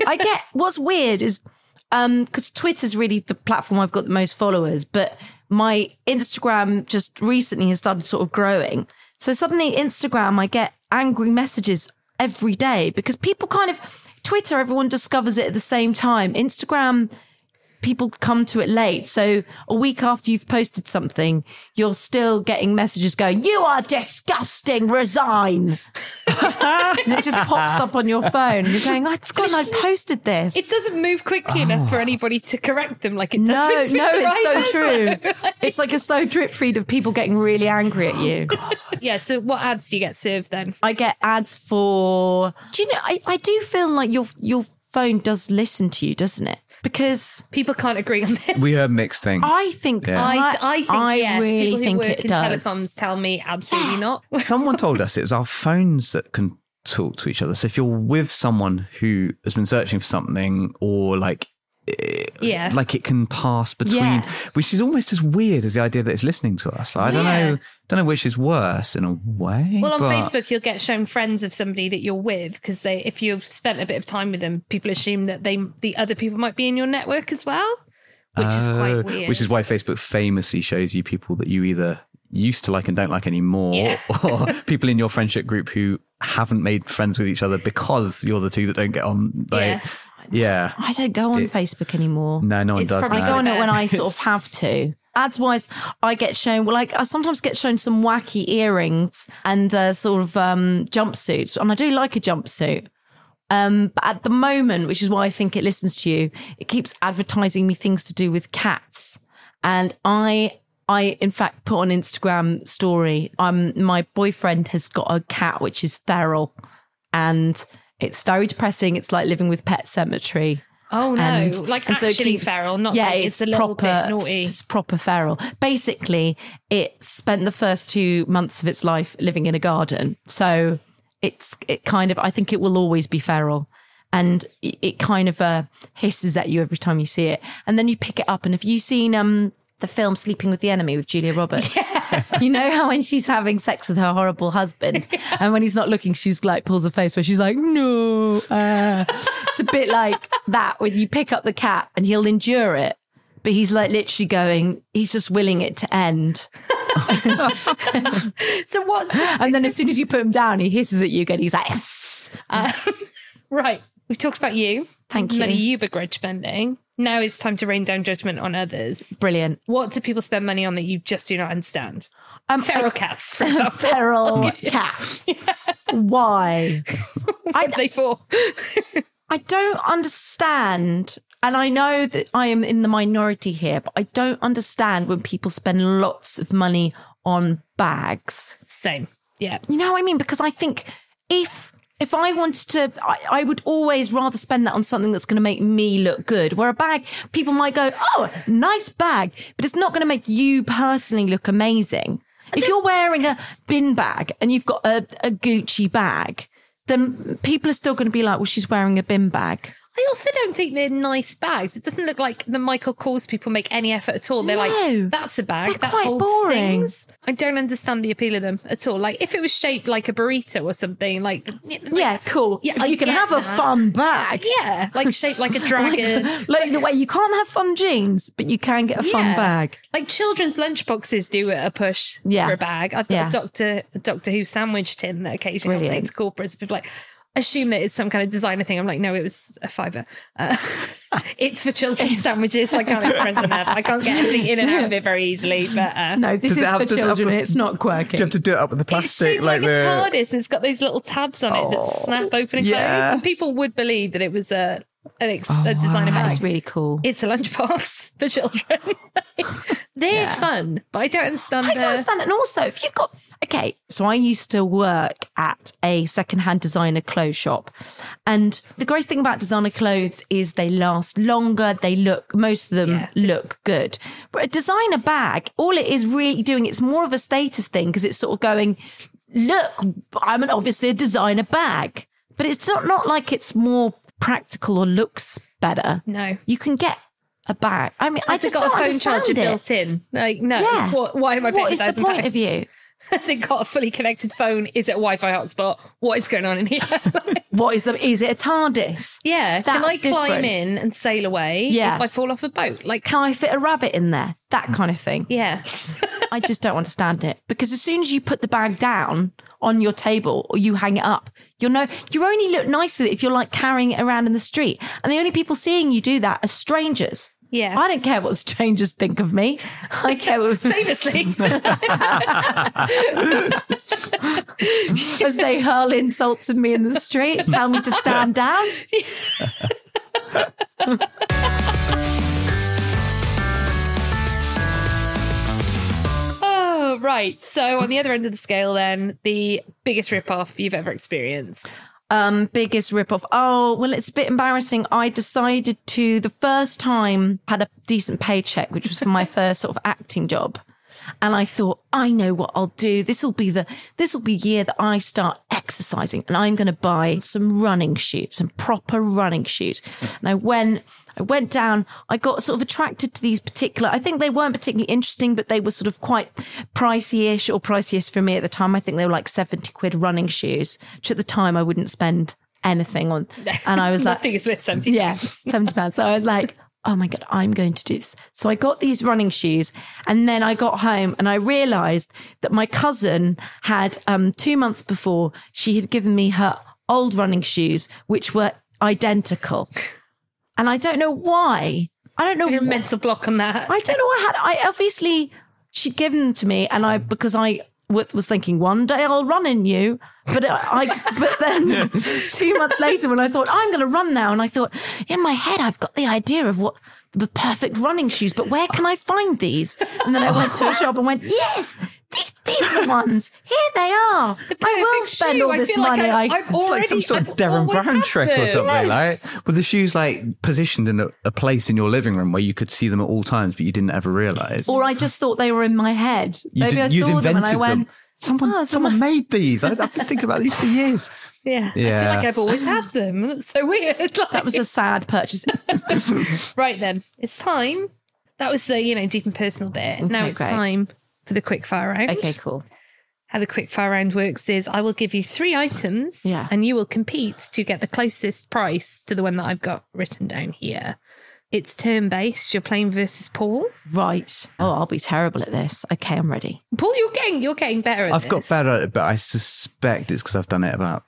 [SPEAKER 4] I get what's weird is um because Twitter's really the platform I've got the most followers, but my Instagram just recently has started sort of growing. So suddenly Instagram I get angry messages every day because people kind of Twitter everyone discovers it at the same time. Instagram people come to it late. So a week after you've posted something, you're still getting messages going, You are disgusting, resign. and it just pops up on your phone. You're going, I'd forgotten I'd posted this.
[SPEAKER 1] it doesn't move quickly enough for anybody to correct them like it does
[SPEAKER 4] Ah. no, no,
[SPEAKER 1] with
[SPEAKER 4] it's
[SPEAKER 1] Twitter either.
[SPEAKER 4] so true. It's like a slow drip feed of people getting really angry at you.
[SPEAKER 1] Yeah, so what ads do you get served then?
[SPEAKER 4] I get ads for. Do you know? I, I do feel like your your phone does listen to you, doesn't it? Because
[SPEAKER 1] People can't agree on this.
[SPEAKER 3] We heard mixed things.
[SPEAKER 4] I think
[SPEAKER 3] Yeah.
[SPEAKER 1] I, I think yes.
[SPEAKER 4] really
[SPEAKER 1] People who
[SPEAKER 4] think
[SPEAKER 1] work
[SPEAKER 4] it
[SPEAKER 1] in
[SPEAKER 4] does.
[SPEAKER 1] telecoms tell me absolutely not.
[SPEAKER 3] Someone told us it was our phones that can talk to each other. So if you're with someone who has been searching for something or like, it-
[SPEAKER 1] Yeah.
[SPEAKER 3] like it can pass between,
[SPEAKER 4] Yeah.
[SPEAKER 3] which is almost as weird as the idea that it's listening to us. I don't
[SPEAKER 1] Yeah.
[SPEAKER 3] know, don't know which is worse in a way.
[SPEAKER 1] Well, on
[SPEAKER 3] but-
[SPEAKER 1] Facebook, you'll get shown friends of somebody that you're with because they, if you've spent a bit of time with them, people assume that they, the other people might be in your network as well. which is quite
[SPEAKER 3] Oh,
[SPEAKER 1] weird.
[SPEAKER 3] Which is why Facebook famously shows you people that you either used to like and don't like anymore, or people in your friendship group who haven't made friends with each other because you're the two that don't get on. Like, yeah.
[SPEAKER 4] I don't go on Facebook anymore.
[SPEAKER 3] No, no one
[SPEAKER 1] It's
[SPEAKER 3] does
[SPEAKER 1] probably
[SPEAKER 3] now.
[SPEAKER 4] I go on it when I
[SPEAKER 1] It's-
[SPEAKER 4] sort of have to. Ads wise, I get shown well, like I sometimes get shown some wacky earrings and uh, sort of um, jumpsuits, and I do like a jumpsuit. Um, but at the moment, which is why I think it listens to you, it keeps advertising me things to do with cats, and I. I in fact put on Instagram story. Um, my boyfriend has got a cat which is feral, and it's very depressing. It's like living with Pet Cemetery.
[SPEAKER 1] Oh no!
[SPEAKER 4] And-
[SPEAKER 1] like
[SPEAKER 4] and so
[SPEAKER 1] actually
[SPEAKER 4] it keeps-
[SPEAKER 1] feral, not
[SPEAKER 4] yeah,
[SPEAKER 1] like it's, a little
[SPEAKER 4] proper,
[SPEAKER 1] bit naughty.
[SPEAKER 4] It's proper feral. Basically, it spent the first two months of its life living in a garden, so it's it kind of. I think it will always be feral, and it it kind of uh, hisses at you every time you see it, and then you pick it up. And have you seen um? The film Sleeping with the Enemy with Julia Roberts. You know how when she's having sex with her horrible husband and when he's not looking, she's like pulls a face where she's like, no. ah." It's a bit like that when you pick up the cat and he'll endure it, but he's like literally going, he's just willing it to end.
[SPEAKER 1] so what's
[SPEAKER 4] And then as soon as you put him down, he hisses at you again. He's like, "Yes."
[SPEAKER 1] right? We've talked about you.
[SPEAKER 4] Thank
[SPEAKER 1] Money
[SPEAKER 4] you.
[SPEAKER 1] you begrudge spending. Now it's time to rain down judgment on others.
[SPEAKER 4] brilliant.
[SPEAKER 1] What do people spend money on that you just do not understand?
[SPEAKER 4] Um,
[SPEAKER 1] Feral cats, for example.
[SPEAKER 4] feral cats. Why?
[SPEAKER 1] what are they for?
[SPEAKER 4] I don't understand. And I know that I am in the minority here, but I don't understand when people spend lots of money on bags.
[SPEAKER 1] Same. Yeah.
[SPEAKER 4] You know what I mean? Because I think if if I wanted to, I, I would always rather spend that on something that's going to make me look good. Where a bag, people might go, "Oh, nice bag," but it's not going to make you personally look amazing. If you're wearing a bin bag and you've got a, a Gucci bag, then people are still going to be like, "Well, she's wearing a bin bag."
[SPEAKER 1] I also don't think they're nice bags. It doesn't look like the Michael Kors people make any effort at all. They're
[SPEAKER 4] No.
[SPEAKER 1] like, that's a bag.
[SPEAKER 4] They're
[SPEAKER 1] that
[SPEAKER 4] quite
[SPEAKER 1] holds
[SPEAKER 4] boring.
[SPEAKER 1] things. I don't understand the appeal of them at all. Like, if it was shaped like a burrito or something, like,
[SPEAKER 4] Yeah, cool.
[SPEAKER 1] Yeah, I
[SPEAKER 4] you can
[SPEAKER 1] get
[SPEAKER 4] have a
[SPEAKER 1] that.
[SPEAKER 4] fun bag.
[SPEAKER 1] yeah, like shaped like a
[SPEAKER 4] Like,
[SPEAKER 1] dragon.
[SPEAKER 4] like the way you can't have fun jeans, but you can get a fun
[SPEAKER 1] Yeah.
[SPEAKER 4] bag.
[SPEAKER 1] Like children's lunchboxes do a push
[SPEAKER 4] Yeah.
[SPEAKER 1] for a bag. I've got
[SPEAKER 4] Yeah.
[SPEAKER 1] a Doctor a Doctor Who sandwich tin that occasionally I'll take
[SPEAKER 4] Brilliant.
[SPEAKER 1] to corporates. People like assume that it's some kind of designer thing. I'm like, no, it was a fiver. Uh, it's for children's sandwiches. I can't express enough. I can't get anything in and out of it very easily. But uh,
[SPEAKER 4] No, this
[SPEAKER 3] Does
[SPEAKER 4] is
[SPEAKER 3] it have-
[SPEAKER 4] for
[SPEAKER 3] does it have
[SPEAKER 4] children.
[SPEAKER 3] the-
[SPEAKER 4] it's not
[SPEAKER 3] Do
[SPEAKER 4] quirky.
[SPEAKER 3] you have to do it up with the
[SPEAKER 1] it's
[SPEAKER 3] plastic,
[SPEAKER 1] shaped like,
[SPEAKER 3] the
[SPEAKER 1] a TARDIS and it's got these little tabs on it
[SPEAKER 4] Oh,
[SPEAKER 1] that snap open and
[SPEAKER 3] yeah.
[SPEAKER 1] close. And people would believe that it was a an ex-
[SPEAKER 4] Oh,
[SPEAKER 1] a designer bag.
[SPEAKER 4] That's really cool.
[SPEAKER 1] It's a lunchbox for children. They're fun, but I don't understand.
[SPEAKER 4] I don't
[SPEAKER 1] the-
[SPEAKER 4] understand. And also, if you've got okay, so I used to work at a secondhand designer clothes shop, and the great thing about designer clothes is they last longer. They look most of them
[SPEAKER 1] Yeah.
[SPEAKER 4] look good, but a designer bag, all it is really doing, it's more of a status thing because it's sort of going, look, I'm an, obviously a designer bag, but it's not not like it's more practical or looks better.
[SPEAKER 1] No.
[SPEAKER 4] you can get. A bag. I mean, I
[SPEAKER 1] Has
[SPEAKER 4] just
[SPEAKER 1] it got a
[SPEAKER 4] don't
[SPEAKER 1] phone
[SPEAKER 4] understand
[SPEAKER 1] charger
[SPEAKER 4] it.
[SPEAKER 1] built in? Like, no.
[SPEAKER 4] Yeah.
[SPEAKER 1] What, why am I paying
[SPEAKER 4] What
[SPEAKER 1] a
[SPEAKER 4] is the
[SPEAKER 1] thousand
[SPEAKER 4] point
[SPEAKER 1] pounds?
[SPEAKER 4] of you?
[SPEAKER 1] Has it got a fully connected phone? Is it a Wi-Fi hotspot? What is going on in here?
[SPEAKER 4] What is the? Is it a TARDIS?
[SPEAKER 1] yeah. Can
[SPEAKER 4] That's
[SPEAKER 1] I climb
[SPEAKER 4] different.
[SPEAKER 1] in and sail away?
[SPEAKER 4] Yeah.
[SPEAKER 1] If I fall off a boat, like,
[SPEAKER 4] Can I fit a rabbit in there? That kind of thing.
[SPEAKER 1] yeah.
[SPEAKER 4] I just don't understand it because as soon as you put the bag down on your table or you hang it up, you'll know you only look nicer if you're like carrying it around in the street. And the only people seeing you do that are strangers.
[SPEAKER 1] Yeah.
[SPEAKER 4] I don't care what strangers think of me. I care what,
[SPEAKER 1] Famously,
[SPEAKER 4] as they hurl insults at me in the street, tell me to stand down.
[SPEAKER 1] oh right. So on the other end of the scale, then the biggest rip-off you've ever experienced.
[SPEAKER 4] um biggest ripoff. Oh, well, it's a bit embarrassing. I decided to the first time had a decent paycheck, which was for my first sort of acting job. And I thought, I know what I'll do. This will be the this will be year that I start exercising and I'm gonna buy some running shoes, some proper running shoes. And I went I went down, I got sort of attracted to these particular I think they weren't particularly interesting, but they were sort of quite pricey-ish or priciest for me at the time. I think they were like 70 quid running shoes, which at the time I wouldn't spend anything on. And I was like,
[SPEAKER 1] Nothing is worth seventy.
[SPEAKER 4] yeah, 70 pounds. So I was like, oh my God, I'm going to do this. So I got these running shoes and then I got home and I realized that my cousin had, um, two months before, she had given me her old running shoes, which were identical. And I don't know why. I don't know
[SPEAKER 1] I had a mental block on that.
[SPEAKER 4] I don't know. I had. I obviously she'd given them to me, and I because I w- was thinking one day I'll run in you, but uh, I. I but then two months later, when I thought I'm going to run now, and I thought in my head I've got the idea of what the perfect running shoes, but where can I find these? And then I went to a shop and went, yes. These, these are the ones. Here they are. I will
[SPEAKER 1] perfect
[SPEAKER 4] spend
[SPEAKER 1] shoe.
[SPEAKER 4] all
[SPEAKER 1] I
[SPEAKER 4] this
[SPEAKER 1] feel like
[SPEAKER 4] money.
[SPEAKER 1] I-
[SPEAKER 4] I,
[SPEAKER 1] I've
[SPEAKER 4] I,
[SPEAKER 1] al-
[SPEAKER 3] It's
[SPEAKER 1] Already,
[SPEAKER 3] like some sort of
[SPEAKER 1] I've
[SPEAKER 3] Darren
[SPEAKER 1] always
[SPEAKER 3] Brown
[SPEAKER 1] had
[SPEAKER 3] trick or
[SPEAKER 1] them.
[SPEAKER 3] something,
[SPEAKER 4] Yes.
[SPEAKER 3] like with the shoes like positioned in a, a place in your living room where you could see them at all times, but you didn't ever realize.
[SPEAKER 4] or I just thought they were in my head.
[SPEAKER 3] you
[SPEAKER 4] Maybe I
[SPEAKER 3] would
[SPEAKER 4] saw them
[SPEAKER 3] invented
[SPEAKER 4] and I went,
[SPEAKER 3] someone,
[SPEAKER 4] "Oh,
[SPEAKER 3] someone made these. I, I've been thinking about these for years.
[SPEAKER 1] Yeah. I
[SPEAKER 3] Yeah.
[SPEAKER 1] feel like I've always had them. That's so weird. Like-
[SPEAKER 4] That was a sad purchase.
[SPEAKER 1] Right then, it's time. That was the you know deep and personal bit. now
[SPEAKER 4] Okay,
[SPEAKER 1] it's
[SPEAKER 4] great.
[SPEAKER 1] time for the quick fire round.
[SPEAKER 4] okay, cool.
[SPEAKER 1] How the quick fire round works is I will give you three items,
[SPEAKER 4] Yeah.
[SPEAKER 1] and you will compete to get the closest price to the one that I've got written down here. It's turn based. You're playing versus Paul.
[SPEAKER 4] Right. Oh, I'll be terrible at this. Okay, I'm ready.
[SPEAKER 1] Paul, you're getting you're getting better. At
[SPEAKER 3] I've got
[SPEAKER 1] this.
[SPEAKER 3] better at it, but I suspect it's because I've done it about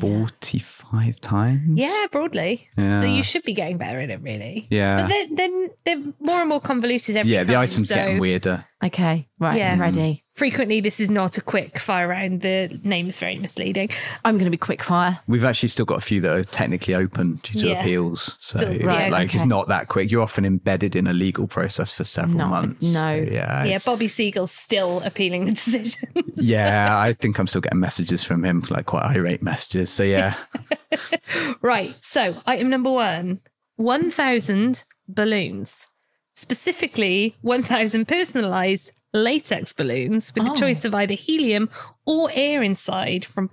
[SPEAKER 3] 45 times.
[SPEAKER 1] Yeah, broadly.
[SPEAKER 3] Yeah.
[SPEAKER 1] So you should be getting better at it, really.
[SPEAKER 3] Yeah.
[SPEAKER 1] But then then they're more and more convoluted every
[SPEAKER 3] Yeah,
[SPEAKER 1] time.
[SPEAKER 3] the item's
[SPEAKER 1] so
[SPEAKER 3] getting weirder.
[SPEAKER 4] Okay, right.
[SPEAKER 1] Yeah.
[SPEAKER 4] I'm ready.
[SPEAKER 1] Frequently, this is not a quick fire round. The name's very misleading.
[SPEAKER 4] I'm going to be quick fire.
[SPEAKER 3] We've actually still got a few that are technically open due to
[SPEAKER 1] Yeah.
[SPEAKER 3] appeals. So,
[SPEAKER 1] Still- Right,
[SPEAKER 3] like, it's
[SPEAKER 4] okay.
[SPEAKER 3] not that quick. You're often embedded in a legal process for several
[SPEAKER 4] No,
[SPEAKER 3] months.
[SPEAKER 4] no.
[SPEAKER 3] So, yeah.
[SPEAKER 1] Yeah,
[SPEAKER 3] it's-
[SPEAKER 1] Bobby Siegel's still appealing the decision.
[SPEAKER 3] yeah, I think I'm still getting messages from him, like quite irate messages. So, yeah.
[SPEAKER 1] right. So, item number one 1,000 balloons, specifically 1,000 personalized latex balloons with
[SPEAKER 3] Oh.
[SPEAKER 1] the choice of either helium or air inside from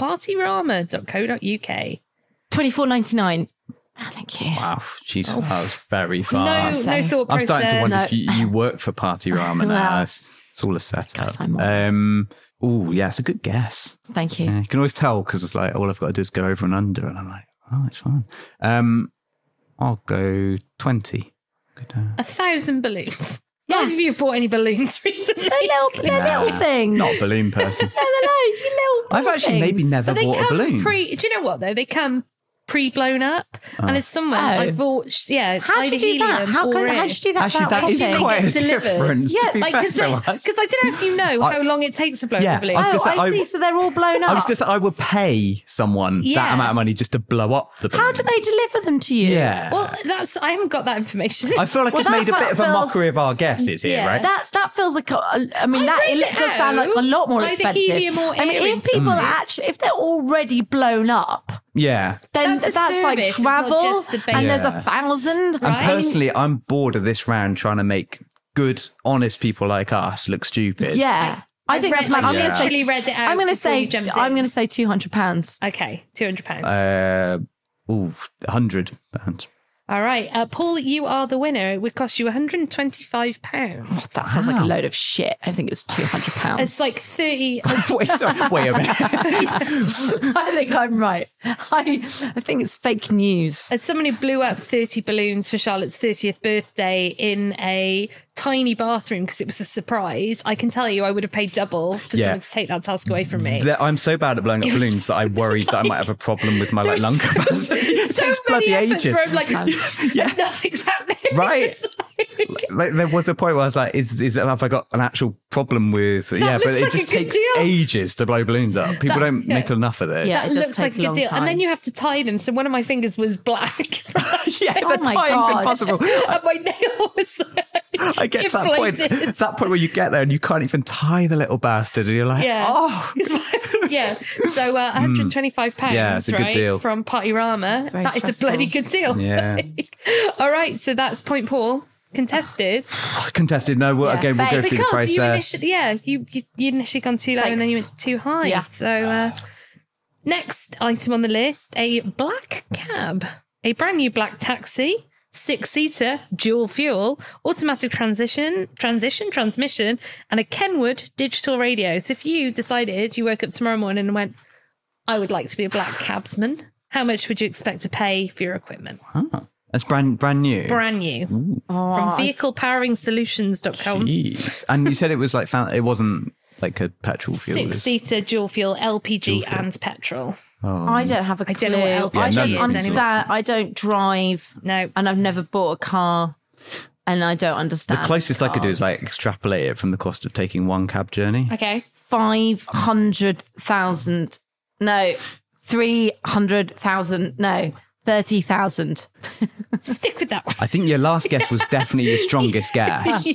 [SPEAKER 1] partyrama.co.uk.
[SPEAKER 4] Twenty four ninety nine. Oh, thank you.
[SPEAKER 3] wow. Jeez, that was very
[SPEAKER 1] No,
[SPEAKER 3] fast.
[SPEAKER 1] no
[SPEAKER 4] saying.
[SPEAKER 1] thought process.
[SPEAKER 3] I'm starting to wonder
[SPEAKER 4] No.
[SPEAKER 3] if you, you work for Party Rama now.
[SPEAKER 4] Well.
[SPEAKER 3] It's, it's all a setup.
[SPEAKER 4] Guys, I'm honest.
[SPEAKER 3] um, oh, yeah, it's a good guess.
[SPEAKER 4] Thank you.
[SPEAKER 3] Yeah, you can always tell because it's like all I've got to do is go over and under, and I'm like, oh, it's fine. Um, I'll go twenty. Go down.
[SPEAKER 1] A thousand balloons.
[SPEAKER 4] Yeah.
[SPEAKER 1] None of you have bought any balloons recently.
[SPEAKER 4] They're little, they're little things.
[SPEAKER 3] Not a balloon person.
[SPEAKER 4] Yeah, they're like little.
[SPEAKER 3] I've
[SPEAKER 4] little
[SPEAKER 3] actually maybe
[SPEAKER 4] things.
[SPEAKER 3] never
[SPEAKER 1] But they
[SPEAKER 3] bought a
[SPEAKER 1] come
[SPEAKER 3] balloon.
[SPEAKER 1] pre. Do you know what though? They come pre-blown up,
[SPEAKER 3] Ah.
[SPEAKER 1] and it's somewhere I
[SPEAKER 4] Oh.
[SPEAKER 1] bought. sh- Yeah,
[SPEAKER 4] How
[SPEAKER 1] either
[SPEAKER 4] did you do that?
[SPEAKER 1] helium
[SPEAKER 4] How
[SPEAKER 1] or
[SPEAKER 4] can?
[SPEAKER 1] air.
[SPEAKER 4] How did you do that?
[SPEAKER 3] Actually,
[SPEAKER 4] without
[SPEAKER 3] that is
[SPEAKER 1] they
[SPEAKER 4] washing?
[SPEAKER 3] quite a
[SPEAKER 1] get delivered.
[SPEAKER 3] difference.
[SPEAKER 4] Yeah,
[SPEAKER 3] to be
[SPEAKER 1] Like,
[SPEAKER 3] fair
[SPEAKER 1] because
[SPEAKER 3] to us.
[SPEAKER 1] I don't know if you know how long it takes to blow
[SPEAKER 3] Yeah,
[SPEAKER 1] a balloon.
[SPEAKER 3] I was
[SPEAKER 4] Oh,
[SPEAKER 3] gonna say,
[SPEAKER 4] I,
[SPEAKER 3] I-
[SPEAKER 4] see. So they're all blown up.
[SPEAKER 3] I was going to say I would pay someone that
[SPEAKER 1] Yeah.
[SPEAKER 3] amount of money just to blow up the balloon.
[SPEAKER 4] How do they deliver them to you?
[SPEAKER 3] Yeah.
[SPEAKER 1] well, that's I haven't got that information.
[SPEAKER 3] I feel like
[SPEAKER 4] Well,
[SPEAKER 3] it's made a
[SPEAKER 4] that
[SPEAKER 3] bit of a
[SPEAKER 4] feels-
[SPEAKER 3] mockery of our guesses here,
[SPEAKER 1] Yeah.
[SPEAKER 3] right?
[SPEAKER 4] That that feels like a, I mean that
[SPEAKER 1] read
[SPEAKER 4] it,
[SPEAKER 1] it
[SPEAKER 4] does sound like a lot more
[SPEAKER 1] out,
[SPEAKER 4] expensive.
[SPEAKER 1] either helium or
[SPEAKER 4] I mean,
[SPEAKER 1] air
[SPEAKER 4] if people
[SPEAKER 3] Mm.
[SPEAKER 1] inside.
[SPEAKER 4] actually if they're already blown up,
[SPEAKER 3] yeah.
[SPEAKER 4] then
[SPEAKER 1] That's a
[SPEAKER 4] that's,
[SPEAKER 1] service,
[SPEAKER 4] like
[SPEAKER 1] it's not
[SPEAKER 4] travel,
[SPEAKER 1] just the
[SPEAKER 4] and there's
[SPEAKER 3] Yeah.
[SPEAKER 4] a thousand.
[SPEAKER 1] Right.
[SPEAKER 3] Personally, I'm bored of this round trying to make good, honest people like us look stupid.
[SPEAKER 4] yeah, I, think that's my.
[SPEAKER 1] I
[SPEAKER 4] I'm going to
[SPEAKER 1] literally
[SPEAKER 4] say.
[SPEAKER 1] read it out.
[SPEAKER 4] I'm going to
[SPEAKER 1] before
[SPEAKER 4] say.
[SPEAKER 1] you jumped
[SPEAKER 4] I'm
[SPEAKER 1] in.
[SPEAKER 4] going to say two hundred pounds.
[SPEAKER 1] Okay, two hundred pounds.
[SPEAKER 3] Uh, ooh, hundred pounds.
[SPEAKER 1] All right, uh, Paul, you are the winner. It would cost you one hundred and twenty-five
[SPEAKER 3] Oh,
[SPEAKER 1] pounds.
[SPEAKER 4] That sounds like a load of shit. I think it was two hundred pounds.
[SPEAKER 1] It's like thirty.
[SPEAKER 3] Wait, sorry, wait a minute.
[SPEAKER 4] I think I'm right. I I think it's fake news.
[SPEAKER 1] As someone who Uh, blew up 30 balloons for Charlotte's 30th birthday in a tiny bathroom because it was a surprise, I can tell you I would have paid double for
[SPEAKER 3] Yeah.
[SPEAKER 1] someone to take that task away from me.
[SPEAKER 3] That- I'm so bad at blowing up balloons that I worried that I might have a problem with my like lung capacity. It
[SPEAKER 1] so
[SPEAKER 3] takes
[SPEAKER 1] many
[SPEAKER 3] bloody
[SPEAKER 1] efforts
[SPEAKER 3] ages.
[SPEAKER 1] where I'm like, and nothing's happening.
[SPEAKER 3] Right.
[SPEAKER 1] It's like-
[SPEAKER 3] Like, there was a point where I was like, "Is is have I got an actual problem with?" yeah, but
[SPEAKER 1] looks
[SPEAKER 3] it
[SPEAKER 1] like a
[SPEAKER 3] just
[SPEAKER 1] good
[SPEAKER 3] takes
[SPEAKER 1] deal.
[SPEAKER 3] ages to blow balloons up. People
[SPEAKER 1] That-
[SPEAKER 3] don't
[SPEAKER 1] yeah.
[SPEAKER 3] make enough of this.
[SPEAKER 4] Yeah.
[SPEAKER 1] that
[SPEAKER 4] it does
[SPEAKER 1] looks
[SPEAKER 4] take
[SPEAKER 1] like a
[SPEAKER 4] a
[SPEAKER 1] good
[SPEAKER 4] long
[SPEAKER 1] deal. And then
[SPEAKER 4] time.
[SPEAKER 1] you have to tie them. So one of my fingers was black.
[SPEAKER 3] yeah
[SPEAKER 4] Oh
[SPEAKER 3] the
[SPEAKER 4] my
[SPEAKER 3] time's
[SPEAKER 4] God.
[SPEAKER 3] impossible.
[SPEAKER 1] and my nail was like,
[SPEAKER 3] I get to that point.
[SPEAKER 1] inflated.
[SPEAKER 3] It's that point where you get there and you can't even tie the little bastard, and you're like,
[SPEAKER 1] Yeah.
[SPEAKER 3] "Oh,
[SPEAKER 1] It's like- yeah. So uh, 125 pounds,
[SPEAKER 3] Mm. Yeah, it's a good
[SPEAKER 1] right?
[SPEAKER 3] deal.
[SPEAKER 1] From Party Rama.
[SPEAKER 4] Very
[SPEAKER 1] that is
[SPEAKER 4] stressful.
[SPEAKER 1] a bloody good deal.
[SPEAKER 3] Yeah.
[SPEAKER 1] All right, so that's point Paul contested
[SPEAKER 3] contested." No, well,
[SPEAKER 4] Yeah.
[SPEAKER 3] again, we'll go through the
[SPEAKER 1] because
[SPEAKER 3] process.
[SPEAKER 1] you initially, yeah, you you you initially gone too low and then you went too high.
[SPEAKER 4] Yeah.
[SPEAKER 1] So uh, next item on the list: a black cab, a brand new black taxi. Six seater, dual fuel, automatic transition, transition, transmission, and a Kenwood digital radio. So, if you decided you woke up tomorrow morning and went, I would like to be a black cabsman, how much would you expect to pay for your equipment?
[SPEAKER 3] That's brand brand new.
[SPEAKER 1] Brand new from vehiclepoweringsolutions.com.
[SPEAKER 3] Jeez. And you said it was like found, it wasn't like a petrol fuel. it was-
[SPEAKER 1] Six seater dual fuel, LPG and petrol.
[SPEAKER 3] Oh.
[SPEAKER 4] I don't have a
[SPEAKER 1] I
[SPEAKER 4] clue.
[SPEAKER 1] don't know what
[SPEAKER 4] I
[SPEAKER 1] LPG
[SPEAKER 4] don't
[SPEAKER 3] is
[SPEAKER 4] understand.
[SPEAKER 1] anymore.
[SPEAKER 4] I don't drive,
[SPEAKER 1] No.
[SPEAKER 4] and I've never bought a car, and I don't understand.
[SPEAKER 3] The closest I could do is
[SPEAKER 4] cars.
[SPEAKER 3] like extrapolate it from the cost of taking one cab journey.
[SPEAKER 1] Okay.
[SPEAKER 4] five hundred thousand. No, three hundred thousand. No, thirty thousand.
[SPEAKER 1] Stick with that one.
[SPEAKER 3] I think your last guess was definitely your strongest guess.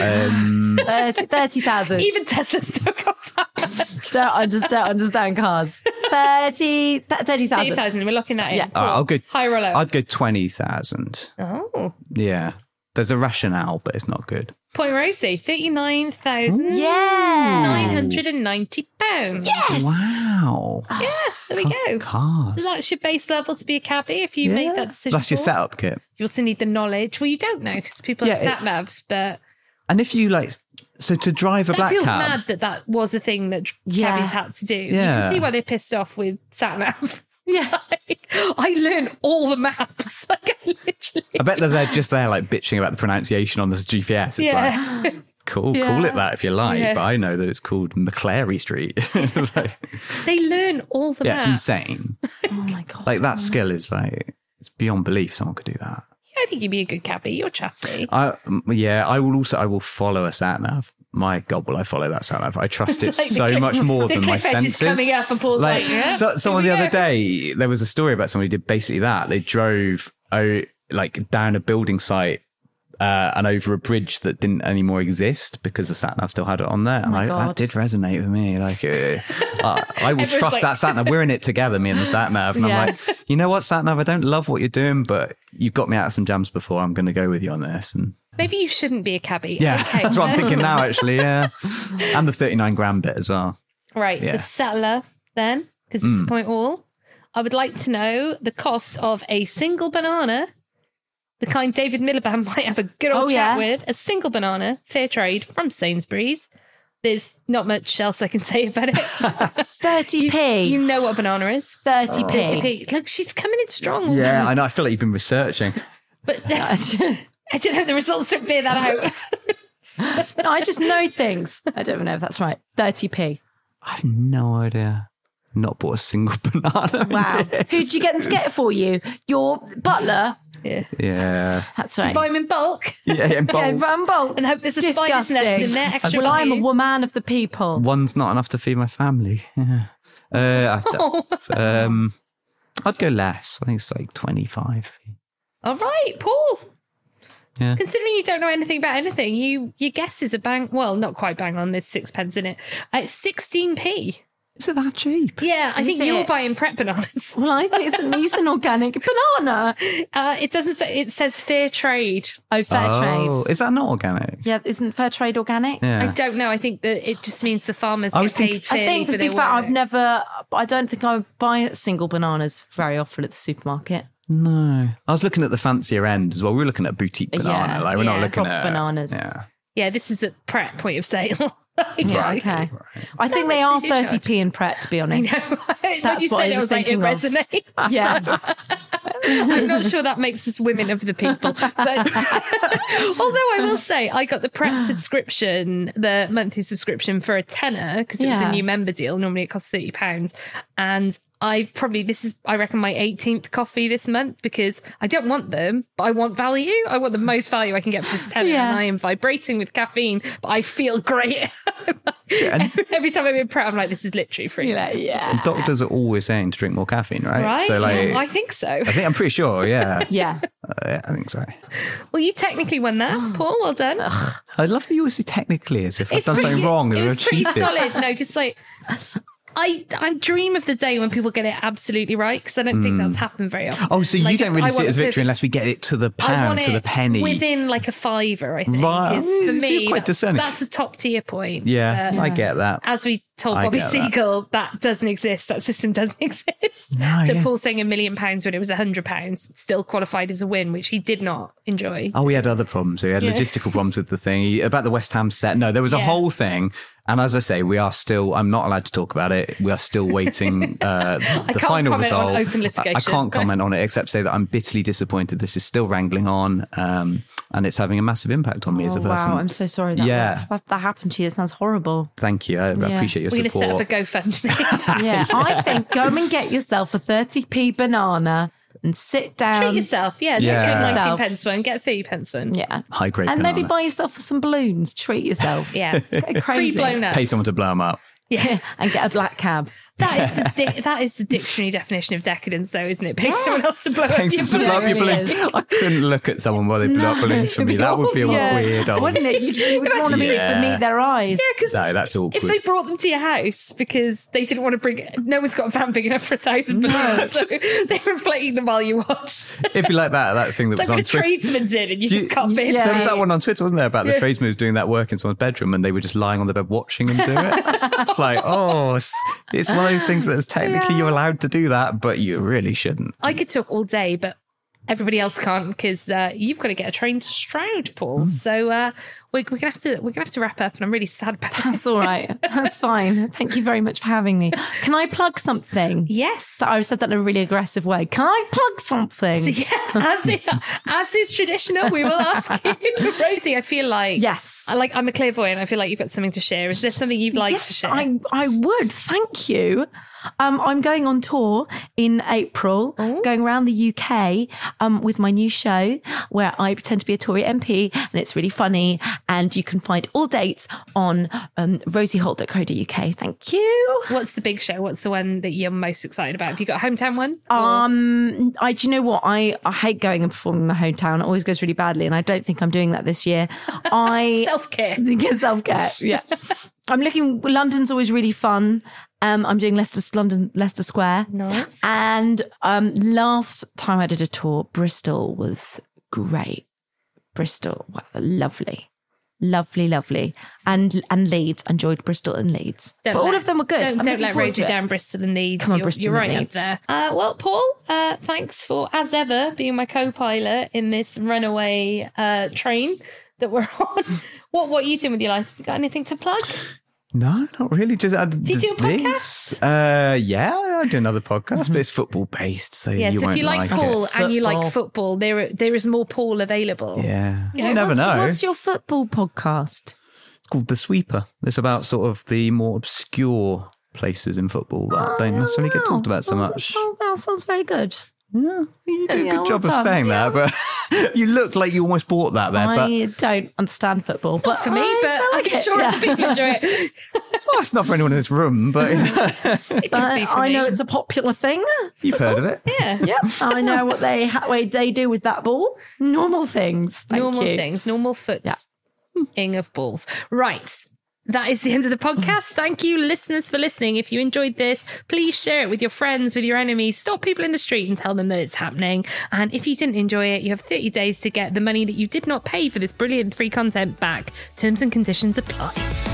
[SPEAKER 3] Um,
[SPEAKER 4] Thirty thousand.
[SPEAKER 1] Even Tesla still costs that.
[SPEAKER 4] don't, I just don't understand cars. Thirty. Thirty thousand.
[SPEAKER 1] 8,000. We're locking that in.
[SPEAKER 4] Yeah.
[SPEAKER 1] Cool.
[SPEAKER 3] all right, I'll go.
[SPEAKER 1] High roller.
[SPEAKER 3] I'd go twenty thousand.
[SPEAKER 1] oh.
[SPEAKER 3] Yeah, there's a rationale, but it's not good.
[SPEAKER 1] Point Rosie, 39,990
[SPEAKER 4] Yeah.
[SPEAKER 1] pounds.
[SPEAKER 3] Wow,
[SPEAKER 1] Yeah, there we go.
[SPEAKER 3] cars.
[SPEAKER 1] So that's your base level to be a cabbie if you make that decision.
[SPEAKER 3] That's your
[SPEAKER 1] for.
[SPEAKER 3] setup kit.
[SPEAKER 1] You also need the knowledge. Well, you don't know because people have
[SPEAKER 3] Yeah,
[SPEAKER 1] sat navs, but
[SPEAKER 3] And if you like, so to drive a
[SPEAKER 1] that
[SPEAKER 3] black
[SPEAKER 1] feels
[SPEAKER 3] cab,
[SPEAKER 1] mad that that was a thing that
[SPEAKER 4] Yeah.
[SPEAKER 1] cabbies had to do. You
[SPEAKER 3] Yeah.
[SPEAKER 1] can see why they're pissed off with sat nav.
[SPEAKER 4] Yeah.
[SPEAKER 1] Like, I learned all the maps. Like, I literally.
[SPEAKER 3] I bet that they're just there like bitching about the pronunciation on this GPS. It's like,
[SPEAKER 1] Yeah.
[SPEAKER 3] cool, call it that if you like,
[SPEAKER 1] Yeah.
[SPEAKER 3] but I know that it's called McClary Street. Like,
[SPEAKER 1] they learn all the
[SPEAKER 3] yeah,
[SPEAKER 1] maps.
[SPEAKER 3] it's insane.
[SPEAKER 4] Oh my god.
[SPEAKER 3] Like that skill is like it's beyond belief. Someone could do that.
[SPEAKER 1] Yeah, I think you'd be a good cabbie. You're chatty.
[SPEAKER 3] I mm, yeah. I will also. I will follow a sat nav. My God, will I follow that sat nav? I trust
[SPEAKER 1] like
[SPEAKER 3] it
[SPEAKER 1] the
[SPEAKER 3] so
[SPEAKER 1] cliff-
[SPEAKER 3] much more
[SPEAKER 1] the
[SPEAKER 3] than my
[SPEAKER 1] cliff edge is
[SPEAKER 3] senses.
[SPEAKER 1] coming up and Paul's like, yeah,
[SPEAKER 3] so-
[SPEAKER 1] here
[SPEAKER 3] someone
[SPEAKER 1] we
[SPEAKER 3] the other
[SPEAKER 1] go.
[SPEAKER 3] day, there was a story about somebody who did basically that. They drove oh, like down a building site. Uh, and over a bridge that didn't anymore exist because the sat nav still had it on there.
[SPEAKER 1] Oh
[SPEAKER 3] And I,
[SPEAKER 4] God.
[SPEAKER 3] that did resonate with me. Like, uh, I, I will
[SPEAKER 1] Everyone's
[SPEAKER 3] trust
[SPEAKER 1] like-
[SPEAKER 3] that sat nav. We're in it together, me and the sat nav. And
[SPEAKER 4] Yeah.
[SPEAKER 3] I'm like, you know what, sat nav, I don't love what you're doing, but you've got me out of some jams before. I'm going to go with you on this. And
[SPEAKER 1] Maybe you shouldn't be a cabbie.
[SPEAKER 3] yeah,
[SPEAKER 1] Okay.
[SPEAKER 3] that's what I'm thinking now, actually. Yeah. And the 39 grand bit as well.
[SPEAKER 1] Right,
[SPEAKER 3] Yeah.
[SPEAKER 1] the settler then, because it's a point all. I would like to know the cost of a single banana, the kind David Miliband might have a good old
[SPEAKER 4] Oh, yeah.
[SPEAKER 1] chat with. A single banana, fair trade from Sainsbury's. There's not much else I can say about it.
[SPEAKER 4] Thirty
[SPEAKER 1] you
[SPEAKER 4] p.
[SPEAKER 1] know what a banana is.
[SPEAKER 4] Thirty p.
[SPEAKER 1] 30p. Look, she's coming in strong.
[SPEAKER 3] Yeah, I know. I feel like you've been researching.
[SPEAKER 1] But I don't know, the results don't bear that out.
[SPEAKER 4] No, I just know things. I don't know if that's right. Thirty p.
[SPEAKER 3] I have no idea. Not bought a single banana.
[SPEAKER 4] Wow. Who'd you get them to get it for you? Your butler.
[SPEAKER 1] Yeah.
[SPEAKER 3] Yeah.
[SPEAKER 4] That's right.
[SPEAKER 1] Buy them in bulk
[SPEAKER 3] Yeah, in
[SPEAKER 4] Yeah,
[SPEAKER 3] bulk.
[SPEAKER 4] run bolt.
[SPEAKER 1] and hope there's a spider's nest in there. Extra
[SPEAKER 4] Well, I'm a
[SPEAKER 1] value.
[SPEAKER 4] woman of the people.
[SPEAKER 3] One's not enough to feed my family. Yeah. Uh, I don't- um, I'd go less. I think it's like 25.
[SPEAKER 1] All right, Paul.
[SPEAKER 3] Yeah.
[SPEAKER 1] Considering you don't know anything about anything, you your guess is a bang. Well, not quite bang on. There's sixpence in it. Uh, It's sixteen p.
[SPEAKER 3] Is it that cheap?
[SPEAKER 1] Yeah, I think
[SPEAKER 4] it?
[SPEAKER 1] you're buying prep bananas.
[SPEAKER 4] Well, I think it's at least an organic banana.
[SPEAKER 1] Uh, it doesn't say. It says fair trade.
[SPEAKER 4] Oh, fair
[SPEAKER 3] Oh,
[SPEAKER 4] trade.
[SPEAKER 3] is that not organic?
[SPEAKER 4] Yeah, isn't fair trade organic?
[SPEAKER 3] Yeah.
[SPEAKER 1] I don't know. I think that it just means the farmers
[SPEAKER 3] I
[SPEAKER 1] get
[SPEAKER 3] was thinking-
[SPEAKER 1] paid
[SPEAKER 4] I
[SPEAKER 1] fairly.
[SPEAKER 4] think to
[SPEAKER 1] for
[SPEAKER 4] be
[SPEAKER 1] their
[SPEAKER 4] fair, I've
[SPEAKER 1] work.
[SPEAKER 4] never. I don't think I would buy single bananas very often at the supermarket.
[SPEAKER 3] No. I was looking at the fancier end as well. We were looking at boutique banana.
[SPEAKER 4] Yeah,
[SPEAKER 3] like we're
[SPEAKER 1] yeah.
[SPEAKER 3] not looking
[SPEAKER 4] Proper
[SPEAKER 3] at
[SPEAKER 4] bananas.
[SPEAKER 3] Yeah.
[SPEAKER 1] Yeah, this is a prep point of sale.
[SPEAKER 4] Yeah,
[SPEAKER 1] Like,
[SPEAKER 4] okay. I think
[SPEAKER 1] much
[SPEAKER 4] they are
[SPEAKER 1] did you charge?
[SPEAKER 4] thirty p in Pret, to be honest.
[SPEAKER 1] when
[SPEAKER 4] That's
[SPEAKER 1] you
[SPEAKER 4] what
[SPEAKER 1] said
[SPEAKER 4] I
[SPEAKER 1] it, I
[SPEAKER 4] was
[SPEAKER 1] was like, it
[SPEAKER 4] thinking
[SPEAKER 1] resonates.
[SPEAKER 4] Yeah,
[SPEAKER 1] I'm not sure that makes us women of the people. But although I will say, I got the Pret subscription, the monthly subscription for a tenner because it was
[SPEAKER 4] Yeah.
[SPEAKER 1] a new member deal. Normally it costs thirty pounds, and I've probably this is I reckon my 18th coffee this month because I don't want them, but I want value. I want the most value I can get for this tenner,
[SPEAKER 4] Yeah.
[SPEAKER 1] and I am vibrating with caffeine, but I feel great. Every time I'm in Pret, I'm like, this is literally free.
[SPEAKER 4] You're like, yeah,
[SPEAKER 3] And doctors are always saying to drink more caffeine, right?
[SPEAKER 1] Right?
[SPEAKER 3] So like
[SPEAKER 1] I think so.
[SPEAKER 3] I think I'm pretty sure, yeah.
[SPEAKER 4] yeah.
[SPEAKER 3] Uh, I think so.
[SPEAKER 1] Well, you technically won that, Paul. Well done.
[SPEAKER 3] I love that you always say technically as if I've
[SPEAKER 1] It's
[SPEAKER 3] done
[SPEAKER 1] pretty-
[SPEAKER 3] something wrong.
[SPEAKER 1] It
[SPEAKER 3] and
[SPEAKER 1] was
[SPEAKER 3] I've
[SPEAKER 1] pretty
[SPEAKER 3] cheated.
[SPEAKER 1] solid. No, because like I I dream of the day when people get it absolutely right because I don't think that's happened very often.
[SPEAKER 3] Oh, so you
[SPEAKER 1] Like,
[SPEAKER 3] don't really
[SPEAKER 1] I
[SPEAKER 3] see
[SPEAKER 1] want
[SPEAKER 3] it as
[SPEAKER 1] a
[SPEAKER 3] victory
[SPEAKER 1] perfect-
[SPEAKER 3] unless we get it to the
[SPEAKER 1] I
[SPEAKER 3] pound,
[SPEAKER 1] want
[SPEAKER 3] to the
[SPEAKER 1] it
[SPEAKER 3] penny.
[SPEAKER 1] within like a fiver. I think
[SPEAKER 3] Right.
[SPEAKER 1] is
[SPEAKER 3] Mm,
[SPEAKER 1] for
[SPEAKER 3] so
[SPEAKER 1] me
[SPEAKER 3] you're quite
[SPEAKER 1] that's,
[SPEAKER 3] discerning.
[SPEAKER 1] that's a top tier point.
[SPEAKER 3] yeah,
[SPEAKER 1] But
[SPEAKER 3] I get that.
[SPEAKER 1] As we told
[SPEAKER 3] I
[SPEAKER 1] Bobby
[SPEAKER 3] get that.
[SPEAKER 1] Siegel, that. doesn't exist. That system doesn't exist.
[SPEAKER 3] No,
[SPEAKER 1] so
[SPEAKER 3] yeah.
[SPEAKER 1] Paul saying a million pounds when it was a hundred pounds still qualified as a win, which he did not enjoy.
[SPEAKER 3] Oh, he had other problems. He had logistical problems with the thing he, about the West Ham set. No, there was
[SPEAKER 1] Yeah.
[SPEAKER 3] a whole thing, And as I say, we are still, I'm not allowed to talk about it. We are still waiting uh, the
[SPEAKER 1] can't
[SPEAKER 3] final
[SPEAKER 1] comment on
[SPEAKER 3] result.
[SPEAKER 1] open
[SPEAKER 3] I- I,
[SPEAKER 1] litigation.
[SPEAKER 3] can't comment on it except say that I'm bitterly disappointed. This is still wrangling on um, and it's having a massive impact on me as a
[SPEAKER 4] Oh,
[SPEAKER 3] person.
[SPEAKER 4] wow, I'm so sorry that,
[SPEAKER 3] Yeah.
[SPEAKER 4] that that happened to you. It sounds horrible.
[SPEAKER 3] Thank you. I, I appreciate your
[SPEAKER 1] We're going to
[SPEAKER 3] support.
[SPEAKER 1] set up a GoFundMe.
[SPEAKER 4] Yeah, I think go and get yourself a 30p banana and sit down.
[SPEAKER 1] Treat yourself. Yeah,
[SPEAKER 3] Yeah.
[SPEAKER 1] don't
[SPEAKER 3] Treat
[SPEAKER 1] get a 19
[SPEAKER 4] yourself.
[SPEAKER 1] pence one, get a 30 pence one.
[SPEAKER 4] Yeah.
[SPEAKER 3] High grade
[SPEAKER 4] And maybe
[SPEAKER 3] banana.
[SPEAKER 4] buy yourself some balloons. Treat yourself.
[SPEAKER 1] Yeah.
[SPEAKER 4] Go
[SPEAKER 1] Free
[SPEAKER 4] crazy.
[SPEAKER 1] blown up.
[SPEAKER 3] Pay someone to blow them up.
[SPEAKER 1] Yeah.
[SPEAKER 4] and get a black cab.
[SPEAKER 1] That is the di- that is the dictionary definition of decadence though, isn't it? Paying someone else to blow up
[SPEAKER 3] Paying
[SPEAKER 1] your
[SPEAKER 3] Ah! someone to blow up your
[SPEAKER 1] balloons.
[SPEAKER 3] balloons. I couldn't look at someone while they blew up balloons for me. That would be a weird Oh, old.
[SPEAKER 4] Wouldn't it? You'd, you would want to be just to
[SPEAKER 3] Yeah.
[SPEAKER 4] meet their eyes.
[SPEAKER 1] Yeah, 'cause
[SPEAKER 3] No, that's awkward.
[SPEAKER 1] if they brought them to your house because they didn't want to bring, no one's got a van big enough for a thousand balloons, so they were inflating them while you watch.
[SPEAKER 3] It'd be like that that thing that
[SPEAKER 1] It's like
[SPEAKER 3] was on
[SPEAKER 1] when a
[SPEAKER 3] Twitter.
[SPEAKER 1] tradesman's in and you
[SPEAKER 3] You-
[SPEAKER 1] just can't fit
[SPEAKER 4] yeah.
[SPEAKER 1] into
[SPEAKER 3] There was
[SPEAKER 1] it.
[SPEAKER 3] that one on Twitter, wasn't there, about the tradesmen who's doing that work in someone's bedroom and they were just lying on the bed watching them do it. it's like, oh, it's, it's one of those things that's technically you're allowed to do that, but you really shouldn't.
[SPEAKER 1] I could talk all day, but everybody else can't because uh, you've got to get a train to Stroud, Paul.
[SPEAKER 3] Hmm.
[SPEAKER 1] So uh, we, we're gonna have to we're gonna have to wrap up, and I'm really sad about that.
[SPEAKER 4] That's all right. That's fine. Thank you very much for having me. Can I plug something?
[SPEAKER 1] Yes.
[SPEAKER 4] So I said that in a really aggressive way. Can I plug something?
[SPEAKER 1] Yeah, as, it, as is traditional, we will ask you, Rosie. I feel like
[SPEAKER 4] Yes.
[SPEAKER 1] I like I'm a clairvoyant. I feel like you've got something to share. Is there something you'd like to
[SPEAKER 4] Yes,
[SPEAKER 1] share?
[SPEAKER 4] I, I would. Thank you. Um, I'm going on tour in April,
[SPEAKER 1] Oh.
[SPEAKER 4] going around the UK um, with my new show where I pretend to be a Tory MP and it's really funny. And you can find all dates on um, rosieholt.co.uk. Thank you.
[SPEAKER 1] What's the big show? What's the one that you're most excited about? Have you got a hometown one?
[SPEAKER 4] Um, I do you know what I, I hate going and performing in my hometown. It always goes really badly, and I don't think I'm doing that this year. I
[SPEAKER 1] Self care.
[SPEAKER 4] Get self care. Yeah. I'm looking. London's always really fun. Um, I'm doing Leicester London Leicester Square.
[SPEAKER 1] Nice.
[SPEAKER 4] And um, last time I did a tour, Bristol was great. Bristol, wow, lovely, lovely, lovely. And and Leeds, enjoyed Bristol and Leeds.
[SPEAKER 1] Don't
[SPEAKER 4] but all
[SPEAKER 1] let-
[SPEAKER 4] of them were good. I'm
[SPEAKER 1] Don't,
[SPEAKER 4] looking
[SPEAKER 1] don't let
[SPEAKER 4] forward
[SPEAKER 1] Rosie
[SPEAKER 4] to it.
[SPEAKER 1] down Bristol and Leeds.
[SPEAKER 4] Come on,
[SPEAKER 1] you're,
[SPEAKER 4] Bristol
[SPEAKER 1] you're
[SPEAKER 4] and
[SPEAKER 1] right
[SPEAKER 4] Leeds.
[SPEAKER 1] up there. Uh, well, Paul, uh, thanks for, as ever, being my co pilot in this runaway uh, train that we're on. what, what are you doing with your life? You got anything to plug?
[SPEAKER 3] No, not really. Just, I,
[SPEAKER 1] you do a Mm-hmm.
[SPEAKER 3] this. Uh, yeah, I do another podcast, but it's football based. So
[SPEAKER 1] Yes,
[SPEAKER 3] you
[SPEAKER 1] if
[SPEAKER 3] won't
[SPEAKER 1] you like,
[SPEAKER 3] it.
[SPEAKER 1] Paul and you like
[SPEAKER 4] Football.
[SPEAKER 1] football, there, there is more Paul available.
[SPEAKER 3] Yeah.
[SPEAKER 1] Yeah,
[SPEAKER 3] you never
[SPEAKER 4] what's,
[SPEAKER 3] know.
[SPEAKER 4] What's your football podcast?
[SPEAKER 3] It's called The Sweeper. It's about sort of the more obscure places in football that don't necessarily
[SPEAKER 1] Oh,
[SPEAKER 3] get talked about so
[SPEAKER 4] Well,
[SPEAKER 3] much.
[SPEAKER 4] Oh, That, that sounds very good.
[SPEAKER 3] Yeah, you do a
[SPEAKER 4] Yeah,
[SPEAKER 3] good
[SPEAKER 4] well
[SPEAKER 3] job of
[SPEAKER 4] done.
[SPEAKER 3] saying that, but you look like you almost bought that there. Uh, but
[SPEAKER 4] I don't understand football, but
[SPEAKER 1] Not for me,
[SPEAKER 4] I-
[SPEAKER 1] but
[SPEAKER 4] I like
[SPEAKER 1] I'm
[SPEAKER 4] it.
[SPEAKER 1] sure
[SPEAKER 4] Yeah.
[SPEAKER 1] other people enjoy it.
[SPEAKER 3] well, it's not for anyone in this room, but
[SPEAKER 1] It could be
[SPEAKER 4] I,
[SPEAKER 1] for
[SPEAKER 4] I
[SPEAKER 1] me.
[SPEAKER 4] know it's a popular thing.
[SPEAKER 3] you've heard of it.
[SPEAKER 1] yeah.
[SPEAKER 4] Yeah, I know what they ha- what they do with that ball. Normal things. Thank
[SPEAKER 1] normal
[SPEAKER 4] you.
[SPEAKER 1] things, normal
[SPEAKER 4] Yeah.
[SPEAKER 1] footing of balls. Right. That is the end of the podcast. Thank you, listeners, for listening. If you enjoyed this, please share it with your friends, with your enemies. Stop people in the street and tell them that it's happening. And if you didn't enjoy it, you have 30 days to get the money that you did not pay for this brilliant free content back. Terms and conditions apply.